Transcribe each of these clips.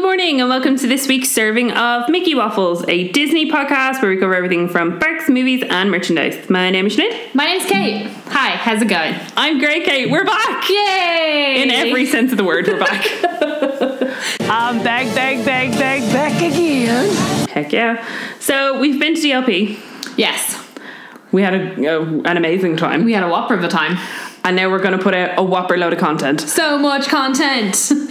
morning, and welcome to this week's serving of Mickey Waffles, a Disney podcast where we cover everything from parks, movies, and merchandise. My name is Sinead. My name's Kate. Hi, how's it going? I'm Grey Kate. We're back! Yay! In every sense of the word, we're back. I'm back, back, back, back, back again. Heck yeah. So, we've been to DLP. Yes. We had a, a- an amazing time. We had a whopper of a time. And now we're going to put out a whopper load of content. So much content. So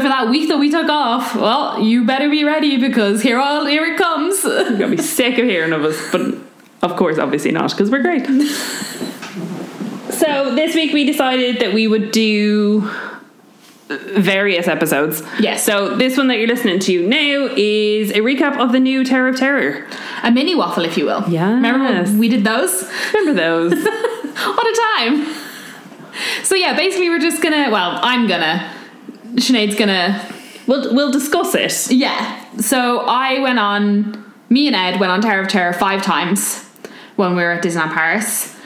for that week that we took off, well, you better be ready because here all here it comes. You're going to be sick of hearing of us, but of course, obviously not, because we're great. so, this week we decided that we would do various episodes. Yes. So, this one that you're listening to now is a recap of the new Terror of Terror. A mini waffle, if you will. Yes. Remember when we did those? Remember those? What a time. So yeah, basically we're just gonna well, I'm gonna Sinead's gonna we'll, we'll discuss it. Yeah. So I went on, me and Ed went on Tower of Terror five times when we were at Disneyland Paris.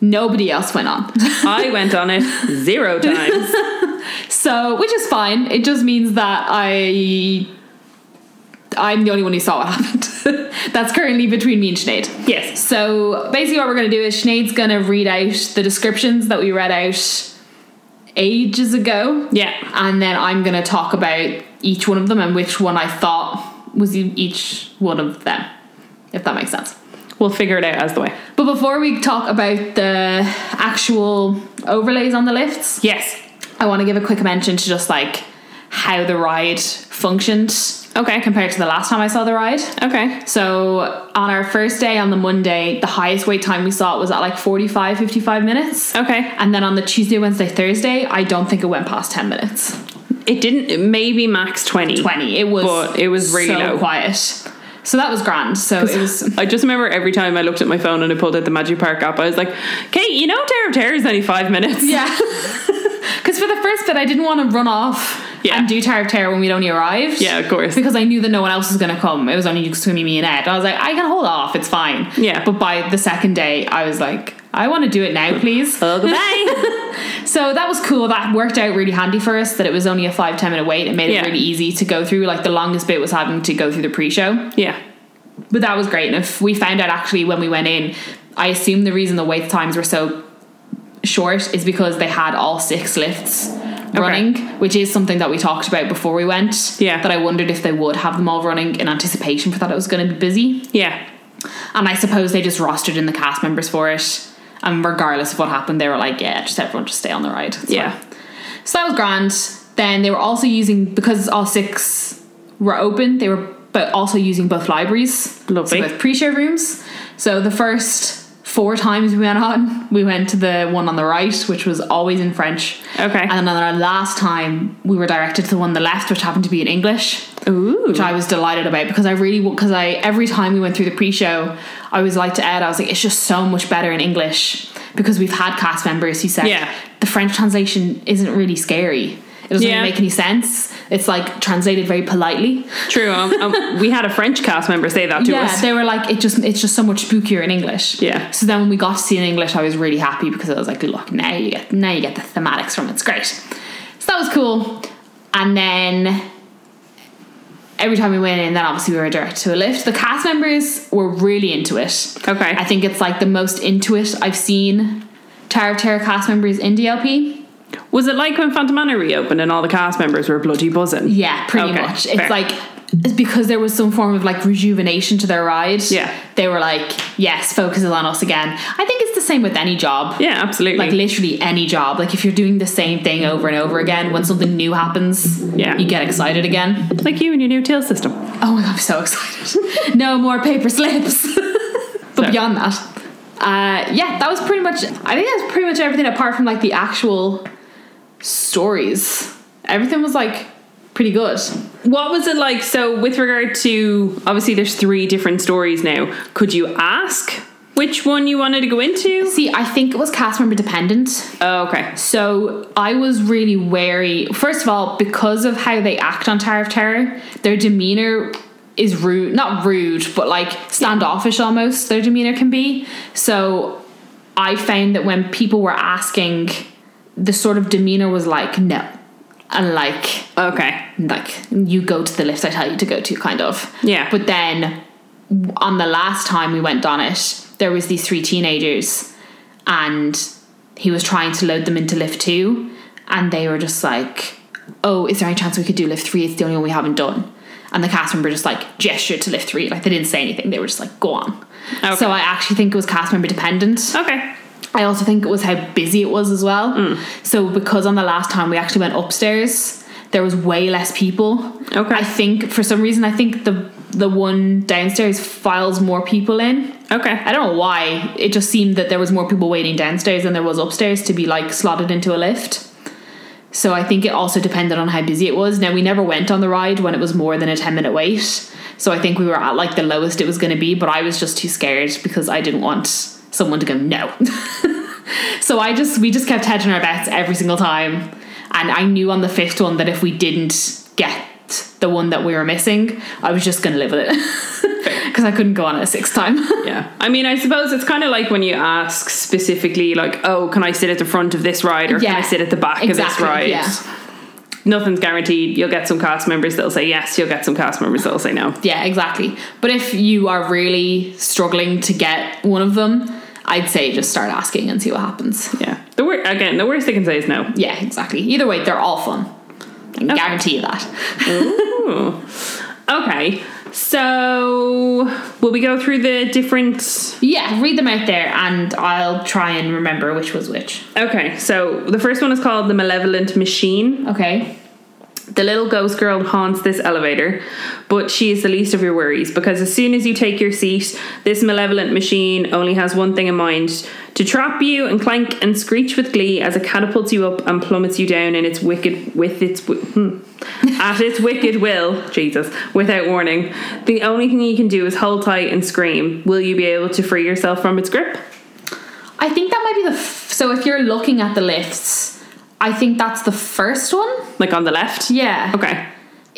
Nobody else went on. I went on it zero times. so, which is fine. It just means that I. I'm the only one who saw what happened. That's currently between me and Sinead. Yes. So basically, what we're going to do is Sinead's going to read out the descriptions that we read out ages ago. Yeah. and then I'm going to talk about each one of them and which one I thought was in each one of them, if that makes sense. We'll figure it out as the way. But before we talk about the actual overlays on the lifts, Yes. I want to give a quick mention to just like how the ride functioned Okay. compared to the last time I saw the ride. Okay. So on our first day on the Monday, the highest wait time we saw it was at like 45, 55 minutes. Okay. And then on the Tuesday, Wednesday, Thursday, I don't think it went past 10 minutes. It didn't, it maybe max 20. 20. It was But it was really so low. quiet. So that was grand. So it was I just remember every time I looked at my phone and I pulled out the Magic Park app, I was like, Kate, you know Terror of Terror is only five minutes. yeah. Because for the first bit, I didn't want to run off Yeah. and do Tower of Terror when we'd only arrived. Yeah, of course. Because I knew that no one else was going to come. It was only Swimmy, me, and Ed. I was like, I can hold off. It's fine. Yeah. But by the second day, I was like, I want to do it now, please. Oh, goodbye. So that was cool. That worked out really handy for us. That it was only a five ten minute wait. It made Yeah. it really easy to go through. Like the longest bit was having to go through the pre show. yeah. but that was great. And if we found out actually when we went in, I assume the reason the wait times were so short is because they had all six lifts running, which is something that we talked about before we went. Yeah. That I wondered if they would have them all running in anticipation for that it was going to be busy. Yeah. And I suppose they just rostered in the cast members for it. And regardless of what happened, they were like, yeah, just everyone just stay on the ride. It's Yeah. fine. So that was grand. Then they were also using because all six were open. They were but also using both libraries, Lovely. so both pre-show rooms. So the first four times we went on, we went to the one on the right, which was always in French. Okay. And then on our last time, we were directed to the one on the left, which happened to be in English Ooh. which I was delighted about because I really because I every time we went through the pre-show, I was like to Ed, I was like, it's just so much better in English because we've had cast members who said Yeah. the French translation isn't really scary. It doesn't Yeah. really make any sense. It's like translated very politely. True. Um, um, we had a French cast member say that to yeah, us. they were like, it just it's just so much spookier in English. Yeah. So then when we got to see it in English, I was really happy because I was like, look, now you get now you get the thematics from it. It's great. So that was cool. And then every time we went in, then obviously we were directed to a lift. The cast members were really into it. Okay. I think it's like the most into it I've seen Tower of Terror cast members in DLP. Was it like when Phantom Manor reopened and all the cast members were bloody buzzing? Yeah, pretty Okay, much. fair. It's like it's because there was some form of like rejuvenation to their ride. Yeah. They were like, yes, focus is on us again. I think it's the same with any job. Yeah, absolutely. Like literally any job. Like if you're doing the same thing over and over again, when something new happens, Yeah. you get excited again. like you and your new tail system. Oh my god, I'm so excited. no more paper slips. but So- beyond that. Uh, yeah, that was pretty much I think that's pretty much everything apart from like the actual stories. Everything was like pretty good. What was it like? So, with regard to obviously, there's three different stories now. Could you ask which one you wanted to go into? See, I think it was cast member dependent. Oh, okay. So I was really wary. First of all, because of how they act on Tower of Terror, their demeanor is rude. Not rude, but like standoffish almost, their demeanor can be. So I found that when people were asking, the sort of demeanor was like, no, and like Okay. like you go to the lifts I tell you to go to, kind of. Yeah. But then w- on the last time we went on it, there was these three teenagers, and he was trying to load them into lift two, and they were just like, "Oh, is there any chance we could do lift three? It's the only one we haven't done." And the cast member just like gestured to lift three, like they didn't say anything. They were just like, "Go on." Okay. So I actually think it was cast member dependent. Okay. I also think it was how busy it was as well. So because on the last time we actually went upstairs, there was way less people. Okay. I think for some reason I think the the one downstairs files more people in. I Okay. don't know why. It just seemed that there was more people waiting downstairs than there was upstairs to be like slotted into a lift. So I think it also depended on how busy it was. Now we never went on the ride when it was more than a 10 minute wait. So I think we were at like the lowest it was going to be, but I was just too scared because I didn't want someone to go no. so I just we just kept hedging our bets every single time. And I knew on the fifth one that if we didn't get the one that we were missing, I was just going to live with it. Because I couldn't go on it a sixth time. Yeah. I mean, I suppose it's kind of like when you ask specifically, like, oh, can I sit at the front of this ride or can Yeah. I sit at the back of this Exactly, ride? yeah. Nothing's guaranteed. You'll get some cast members that'll say yes. You'll get some cast members that'll say no. Yeah, exactly. But if you are really struggling to get one of them, I'd say just start asking and see what happens. Yeah. The wor- again, the worst they can say is no. Yeah, exactly. Either way, they're all fun. I can Okay. guarantee you that. Ooh. Okay. So, will we go through the different? Yeah, read them out there and I'll try and remember which was which. Okay. So the first one is called the Malevolent Machine. Okay. The little ghost girl haunts this elevator, but she is the least of your worries because as soon as you take your seat, this malevolent machine only has one thing in mind to trap you and clank and screech with glee as it catapults you up and plummets you down in its wicked with its wi- hmm, at its wicked will, Jesus, without warning. The only thing you can do is hold tight and scream. Will you be able to free yourself from its grip? I think that might be the. F- so if you're looking at the lifts, I think that's the first one. Like on the left? Yeah. Okay.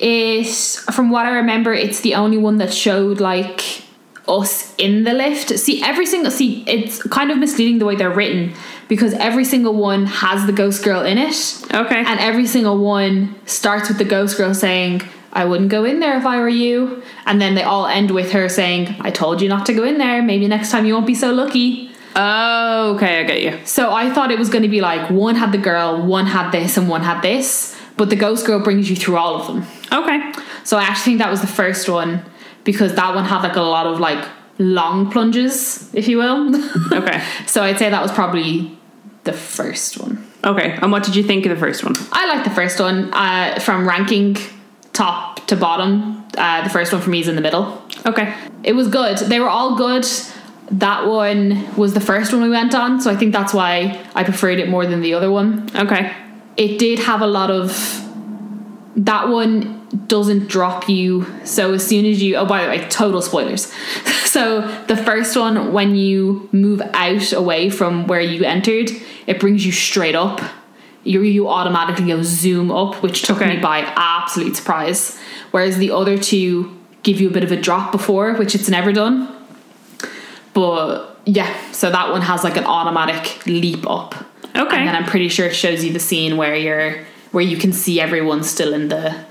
is from what I remember, it's the only one that showed like us in the lift. See, every single see, it's kind of misleading the way they're written because every single one has the ghost girl in it, Okay. and every single one starts with the ghost girl saying, "I wouldn't go in there if I were you," and then they all end with her saying, "I told you not to go in there. Maybe next time you won't be so lucky." oh, okay, I get you. So I thought it was going to be like one had the girl, one had this, and one had this, but the ghost girl brings you through all of them. Okay. So I actually think that was the first one because that one had like a lot of like long plunges, if you will. Okay. so I'd say that was probably the first one. Okay. And what did you think of the first one? I like the first one uh, from ranking top to bottom. Uh, the first one for me is in the middle. Okay. It was good. They were all good. That one was the first one we went on, so I think that's why I preferred it more than the other one. Okay. it did have a lot of that one doesn't drop you so as soon as you oh by the way total spoilers so the first one when you move out away from where you entered it brings you straight up you, you automatically go zoom up which took Okay. me by absolute surprise whereas the other two give you a bit of a drop before which it's never done but yeah so that one has like an automatic leap up Okay. and then I'm pretty sure it shows you the scene where you're where you can see everyone still in the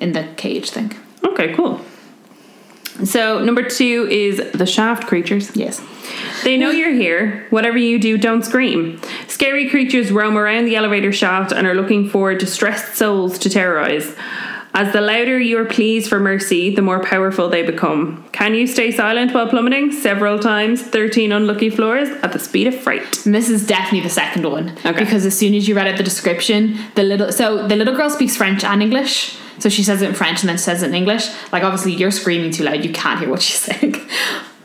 in the cage thing. okay, cool. So, number two is the shaft creatures. Yes. They know you're here. Whatever you do, don't scream. Scary creatures roam around the elevator shaft and are looking for distressed souls to terrorize. As the louder your pleas for mercy, the more powerful they become. Can you stay silent while plummeting? Several times, 13 unlucky floors at the speed of fright. And this is definitely the second one. Okay. Because as soon as you read out the description, the little so the little girl speaks French and English. So she says it in French and then says it in English. Like obviously you're screaming too loud, you can't hear what she's saying.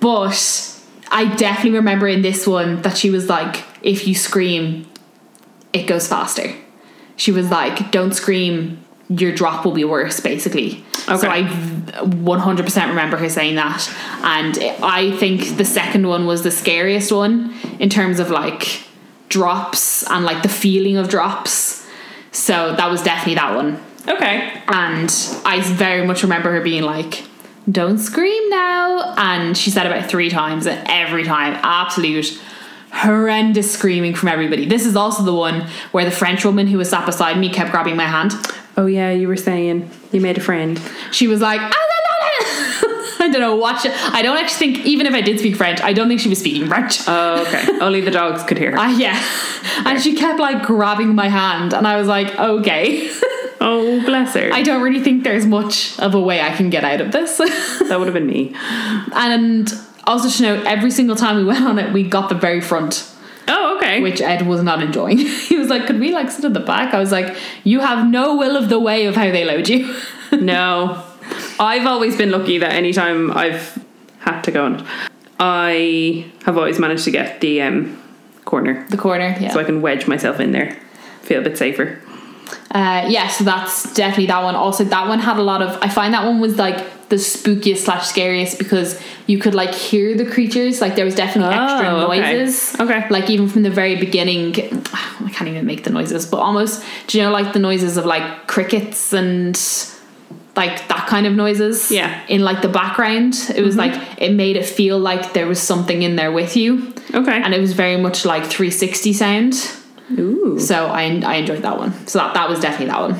But I definitely remember in this one that she was like, if you scream, it goes faster. She was like, don't scream, your drop will be worse, basically. Okay. So I 100% remember her saying that. And I think the second one was the scariest one in terms of like drops and like the feeling of drops. So that was definitely that one. Okay. And I very much remember her being like, don't scream now. And she said about three times, and every time, absolute horrendous screaming from everybody. This is also the one where the French woman who was sat beside me kept grabbing my hand. Oh yeah, you were saying you made a friend. She was like, "Ah, la, la, la." I don't know, watch it. I don't actually think, even if I did speak French, I don't think she was speaking French. Oh, okay. Only the dogs could hear. Ah, yeah. And she kept like grabbing my hand, and I was like, okay. oh, bless her. I don't really think there's much of a way I can get out of this. that would have been me. and also to note, every single time we went on it, we got the very front, Oh, okay. which Ed was not enjoying. he was like, could we like sit at the back? I was like, you have no will of the way of how they load you. No. I've always been lucky that anytime I've had to go on it, I have always managed to get the um, corner the corner, yeah. so I can wedge myself in there. Feel a bit safer. Uh, yeah, so that's definitely that one. Also, that one had a lot of. I find that one was like the spookiest slash scariest because you could like hear the creatures. Like there was definitely extra Oh, okay. noises. Okay. Like even from the very beginning, I can't even make the noises, but almost do you know like the noises of like crickets and like that kind of noises? Yeah. Mm-hmm. In like the background, it was like it made it feel like there was something in there with you, Okay. and it was very much like 360 sound. Ooh. So I I enjoyed that one. So that that was definitely that one.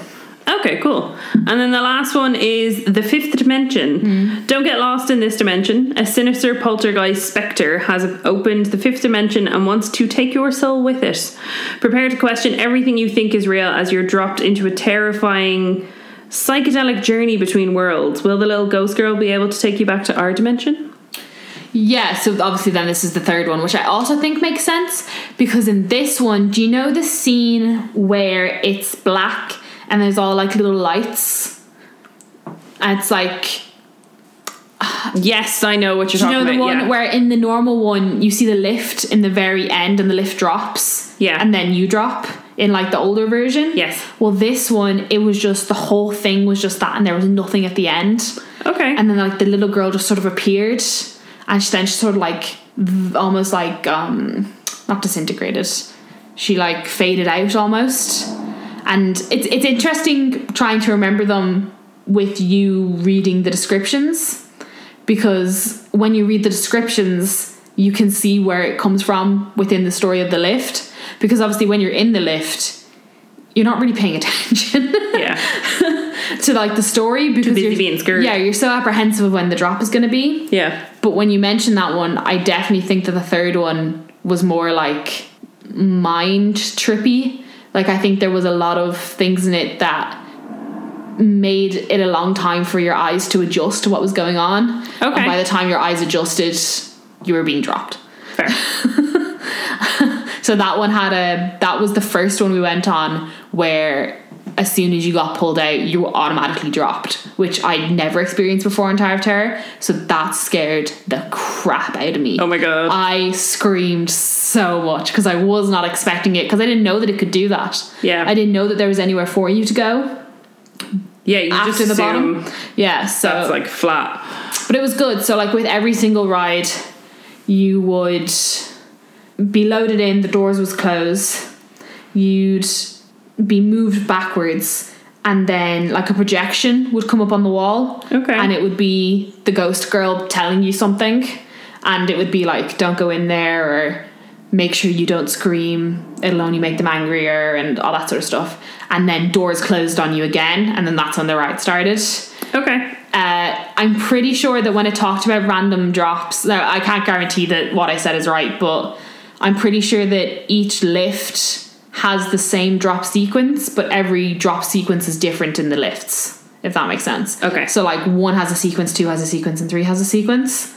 Okay, cool. And then the last one is the fifth dimension. Don't get lost in this dimension. A sinister poltergeist spectre has opened the fifth dimension and wants to take your soul with it. Prepare to question everything you think is real as you're dropped into a terrifying psychedelic journey between worlds. Will the little ghost girl be able to take you back to our dimension? Yeah, so obviously then this is the third one, which I also think makes sense because in this one, do you know the scene where it's black and there's all like little lights? And it's like Yes, I know what you're do you know talking the about. one yeah. where in the normal one you see the lift in the very end and the lift drops? Yeah. And then you drop in like the older version? Yes. Well this one it was just the whole thing was just that and there was nothing at the end. okay. and then like the little girl just sort of appeared and she then she sort of like v- almost like um not disintegrated she like faded out almost and it's it's interesting trying to remember them with you reading the descriptions because when you read the descriptions you can see where it comes from within the story of the lift because obviously when you're in the lift you're not really paying attention yeah. to like the story because busy you're being scared. Yeah, you're so apprehensive of when the drop is going to be. Yeah. But when you mention that one, I definitely think that the third one was more like mind trippy. Like I think there was a lot of things in it that made it a long time for your eyes to adjust to what was going on. And Okay. by the time your eyes adjusted, you were being dropped. Fair. So that one had a that was the first one we went on where as soon as you got pulled out, you were automatically dropped, which I'd never experienced before in Tower of Terror. So that scared the crap out of me. Oh my God. I screamed so much because I was not expecting it because I didn't know that it could do that. Yeah. I didn't know that there was anywhere for you to go Yeah, you after just assume the bottom. Yeah, so that's like flat. but it was good. So like with every single ride, you would be loaded in. The doors was closed. You'd be moved backwards, and then like a projection would come up on the wall. Okay. And it would be the ghost girl telling you something, and it would be like, "Don't go in there," or "Make sure you don't scream. It'll only make them angrier," and all that sort of stuff. And then doors closed on you again, and then that's when the ride started. Okay. Uh, I'm pretty sure that when it talked about random drops, now I can't guarantee that what I said is right, but I'm pretty sure that each lift has the same drop sequence, but every drop sequence is different in the lifts, if that makes sense. Okay. So, like, one has a sequence, two has a sequence, and three has a sequence.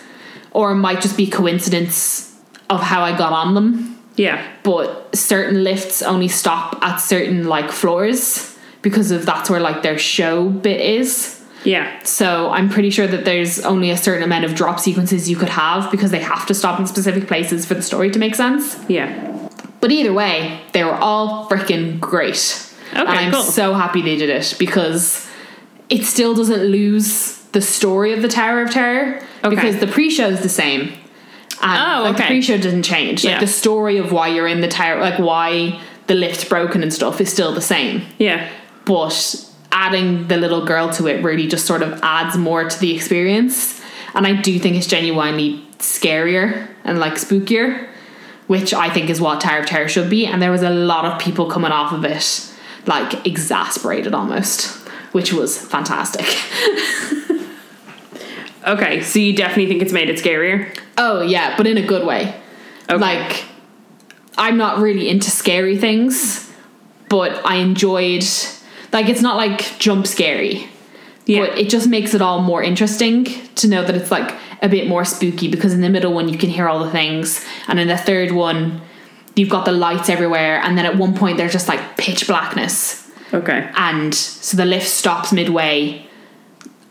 Or it might just be coincidence of how I got on them Yeah. but certain lifts only stop at certain like floors because of that's where like their show bit is. Yeah. So I'm pretty sure that there's only a certain amount of drop sequences you could have because they have to stop in specific places for the story to make sense. Yeah. But either way, they were all freaking great. and Okay, I'm cool. so happy they did it because it still doesn't lose the story of the Tower of Terror Okay. because the pre-show is the same. And, Oh, like, The okay. pre-show didn't change. Yeah. Like the story of why you're in the tower, like why the lift's broken and stuff, is still the same. Yeah. But adding the little girl to it really just sort of adds more to the experience. And I do think it's genuinely scarier and like spookier. which I think is what Tower of Terror should be. And there was a lot of people coming off of it, like exasperated almost, which was fantastic. Okay, so you definitely think it's made it scarier. oh, yeah, but in a good way. Okay. Like, I'm not really into scary things, but I enjoyed, like, it's not like jump scary. Yeah. But it just makes it all more interesting to know that it's like a bit more spooky because in the middle one you can hear all the things, and in the third one you've got the lights everywhere, and then at one point they're just like pitch blackness, Okay. and so the lift stops midway.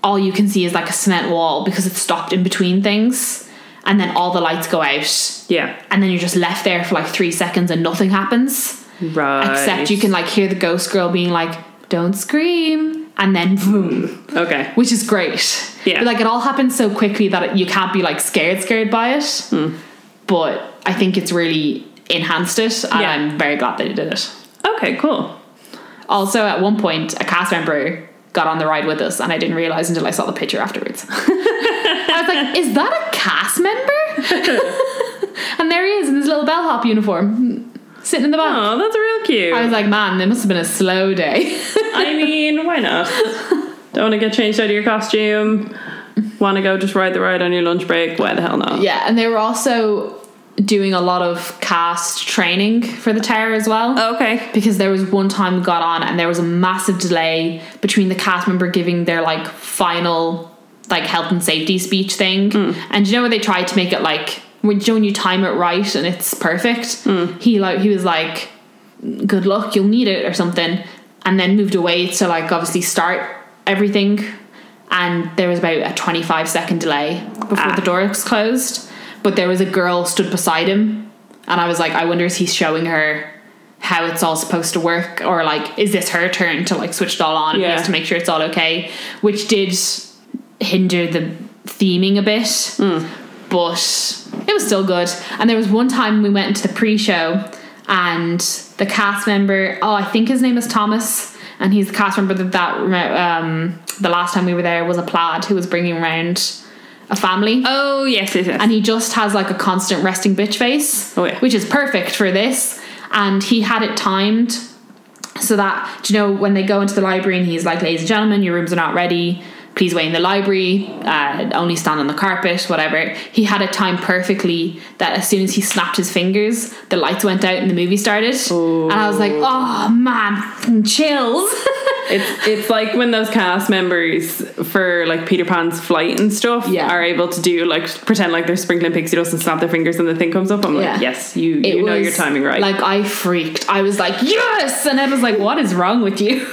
All you can see is like a cement wall because it's stopped in between things, and then all the lights go out, Yeah. and then you're just left there for like three seconds and nothing happens. Right. Except you can like hear the ghost girl being like, "Don't scream," and then boom Okay. which is great. Yeah. But, like it all happens so quickly that it, you can't be like scared, scared by it. Hmm. But I think it's really enhanced it, and Yeah. I'm very glad that they did it. Okay. Cool. Also, at one point, a cast member got on the ride with us, and I didn't realize until I saw the picture afterwards. I was like, "Is that a cast member?" and there he is in his little bellhop uniform, sitting in the back. Oh, that's real cute. I was like, "Man, it must have been a slow day." I mean, why not? Don't want to get changed out of your costume. Want to go just ride the ride on your lunch break? Why the hell not? Yeah, and they were also doing a lot of cast training for the tower as well. Okay. Because there was one time we got on and there was a massive delay between the cast member giving their like final like health and safety speech thing. And you know where they tried to make it like when you know when you time it right and it's perfect? He like he was like, Good luck, you'll need it or something and then moved away to like obviously start everything and there was about a 25 second delay before Ah. the door was closed but there was a girl stood beside him and i was like i wonder is he showing her how it's all supposed to work or like is this her turn to like switch it all on and he Yeah. has to make sure it's all okay which did hinder the theming a bit but it was still good and there was one time we went into the pre-show and the cast member oh i think his name is thomas and he's the cast member that that um, the last time we were there was a plaid who was bringing around a family Oh yes, yes, yes. and he just has like a constant resting bitch face, Oh, yeah. which is perfect for this. And he had it timed so that do you know when they go into the library and he's like, "Ladies and gentlemen, your rooms are not ready. Please wait in the library. Uh, only stand on the carpet, whatever." He had it timed perfectly that as soon as he snapped his fingers, the lights went out and the movie started. And I was like, "Oh man, chills." it's it's like when those cast members for like Peter Pan's flight and stuff Yeah. are able to do like pretend like they're sprinkling pixie dust and snap their fingers and the thing comes up. I'm Yeah. like, yes, you It you know was- your timing right. Like I freaked. I was like, yes, and Ed was like, what is wrong with you?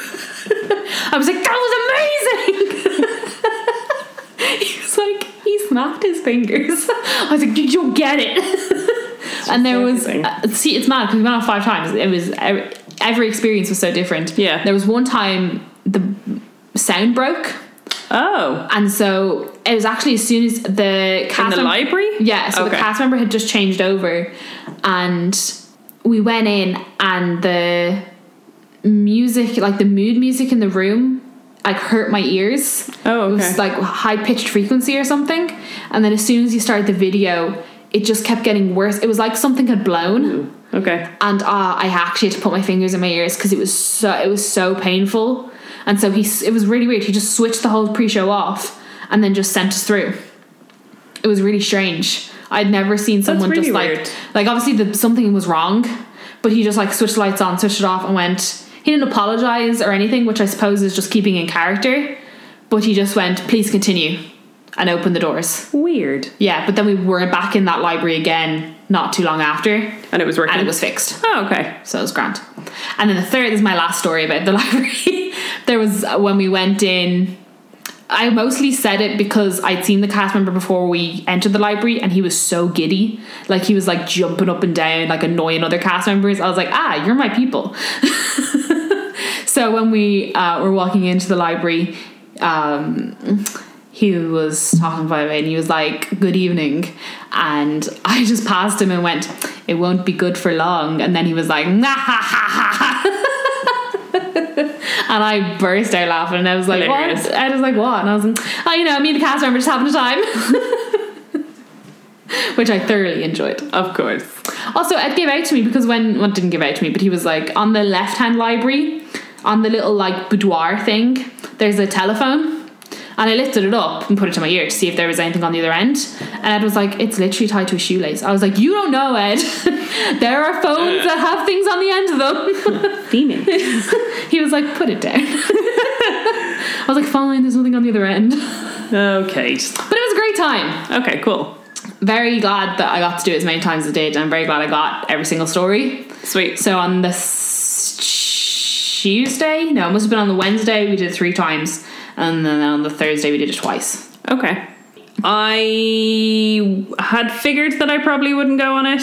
I was like, that was amazing. he was like, he snapped his fingers. I was like, did you get it? and there was amazing. uh, see, it's mad because we went on five times. It was every, every experience was so different. Yeah. there was one time the sound broke. oh, And so it was actually as soon as the cast the mem- library? Yeah, so the Okay. cast member had just changed over, and we went in, and the music, like the mood music in the room, like hurt my ears. Oh, It okay. was like high pitched frequency or something. And then as soon as you started the video, it just kept getting worse. It was like something had blown okay. and uh, I actually had to put my fingers in my ears because it was so it was so painful. And so he s- it was really weird. He just switched the whole pre-show off and then just sent us through. It was really strange. I'd never seen someone really just like weird. like obviously the, something was wrong, but he just like switched the lights on, switched it off, and went. He didn't apologize or anything, which I suppose is just keeping in character. But he just went, "Please continue," and opened the doors. Weird. Yeah, but then we were back in that library again not too long after, And it was working. and it was fixed. Oh, okay. So it was grand. And then the third is my last story about the library. there was uh, when we went in. I mostly said it because I'd seen the cast member before we entered the library and he was so giddy. Like he was like jumping up and down, like annoying other cast members. I was like, ah, you're my people. so when we uh, were walking into the library, um, he was talking by me and he was like, Good evening. And I just passed him and went, It won't be good for long. And then he was like, Nah, ha, ha, ha, ha. And I burst out laughing and I was like, Hilarious. What? I was like, What? And I was like, Oh, you know, me and the cast member just having a time. which I thoroughly enjoyed. Of course. Also, Ed gave out to me because when well, didn't give out to me, but he was like on the left hand library, on the little like boudoir thing. There's a telephone, and I lifted it up and put it to my ear to see if there was anything on the other end. And Ed was like, "It's literally tied to a shoelace." I was like, "You don't know, Ed. there are phones that have things on the end of them." Theming. he was like, "Put it down." I was like, "Fine, there's nothing on the other end." But Okay. it was a great time Okay, cool. very glad that I got to do it as many times as I did. and I'm very glad I got every single story. Sweet. So on the s- Tuesday, no, it must have been on the Wednesday, we did it three times. And then on the Thursday, we did it twice. Okay. I had figured that I probably wouldn't go on it.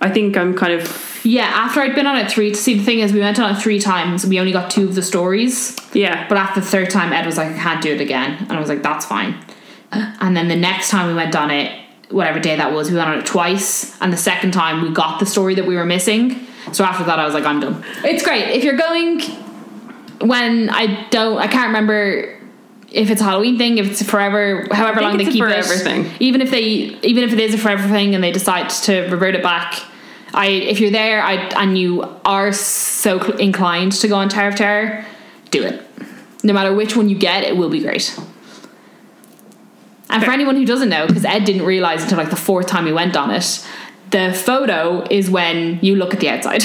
I think I'm kind of Yeah, after I'd been on it three, see, the thing is, we went on it three times. We only got two of the stories. yeah. But after the third time, Ed was like, I can't do it again. And I was like, that's fine. And then the next time we went on it, whatever day that was, we went on it twice. And the second time, we got the story that we were missing. So after that, I was like, I'm done. It's great. If you're going when I don't, I can't remember if it's a Halloween thing, if it's forever, however think long they it's a keep it. forever thing. Even if they, even if it is a forever thing and they decide to revert it back, I if you're there I, and you are so cl- inclined to go on Tower of Terror, do it. No matter which one you get, it will be great. And for anyone who doesn't know, because Ed didn't realize until like the fourth time he went on it, the photo is when you look at the outside.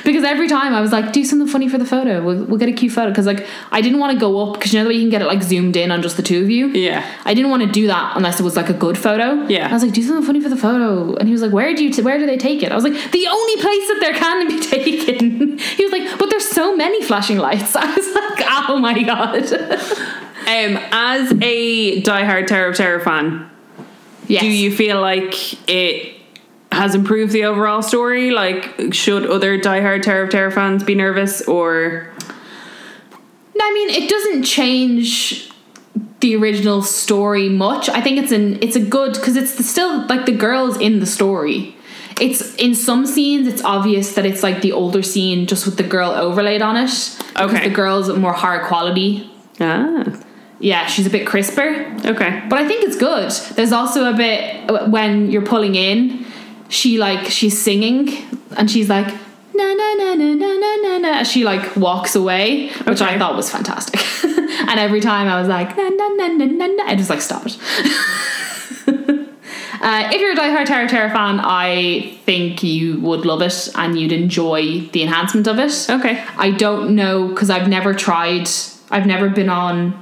because every time I was like, do something funny for the photo. We'll, we'll get a cute photo. Because like I didn't want to go up because you know the way you can get it like zoomed in on just the two of you. Yeah. I didn't want to do that unless it was like a good photo. Yeah. I was like, do something funny for the photo, and he was like, where do you t- where do they take it? I was like, the only place that there can be taken. he was like, but there's so many flashing lights. I was like, oh my god. Um as a diehard Terror of Terror fan, yes. do you feel like it has improved the overall story? Like should other diehard Terror of Terror fans be nervous or No, I mean it doesn't change the original story much. I think it's an it's a good because it's the, still like the girls in the story. It's in some scenes it's obvious that it's like the older scene just with the girl overlaid on it. because Okay. the girl's more higher quality. Ah. Yeah, she's a bit crisper. Okay. But I think it's good. There's also a bit when you're pulling in, she like she's singing and she's like na na na na na na na na. She like walks away, which Okay. I thought was fantastic. and every time I was like na na na na na na, I just like stop it. Uh, if you're a diehard Terror Terror fan, I think you would love it and you'd enjoy the enhancement of it. Okay. I don't know because I've never tried. I've never been on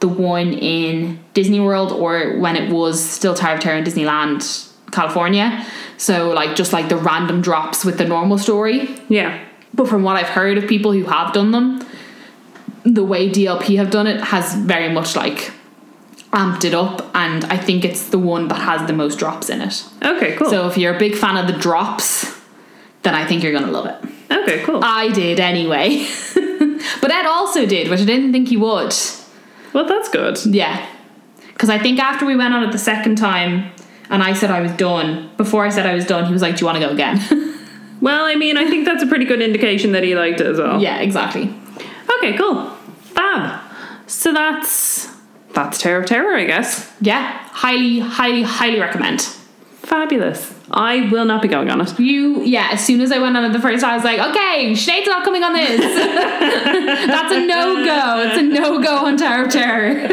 the one in Disney World or when it was still Tower of Terror in Disneyland, California. So like just like the random drops with the normal story. Yeah. But from what I've heard of people who have done them, the way DLP have done it has very much like amped it up, and I think it's the one that has the most drops in it. Okay, cool. So if you're a big fan of the drops, then I think you're gonna love it. okay, cool. I did anyway. but Ed also did, which I didn't think he would. well that's good. Yeah. Because I think after we went on it the second time and I said I was done, before I said I was done, he was like, Do you want to go again? Well, I mean, I think that's a pretty good indication that he liked it as well. yeah, exactly. Okay, cool. Fab. So that's that's Terror of Terror, I guess. Yeah. Highly, highly, highly recommend. Fabulous. I will not be going on it. You, yeah, as soon as I went on it the first time, I was like, Okay, Sinead's not coming on this. That's a no go. It's a no go on Tower of Terror.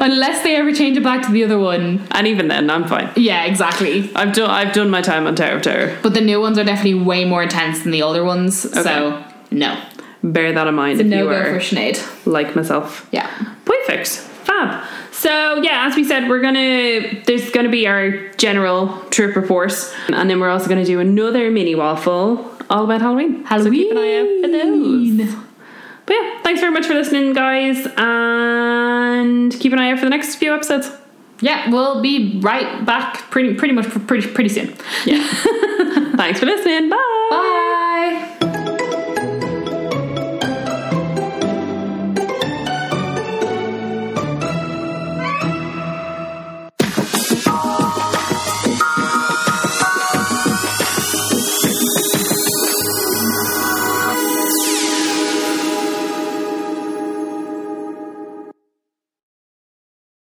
Unless they ever change it back to the other one. And even then, I'm fine. Yeah, exactly. I've done I've done my time on Terror of Terror. But the new ones are definitely way more intense than the older ones. Okay. So no. Bear that in mind It's a if no you go for are Sinead. like myself. Yeah. Perfect. Fab. So yeah, as we said, we're gonna there's gonna be our general trip report, and then we're also gonna do another mini waffle all about Halloween. So keep an eye out for those. But yeah, thanks very much for listening, guys, and keep an eye out for the next few episodes. Yeah, we'll be right back pretty pretty much pretty pretty soon. Yeah. thanks for listening. Bye.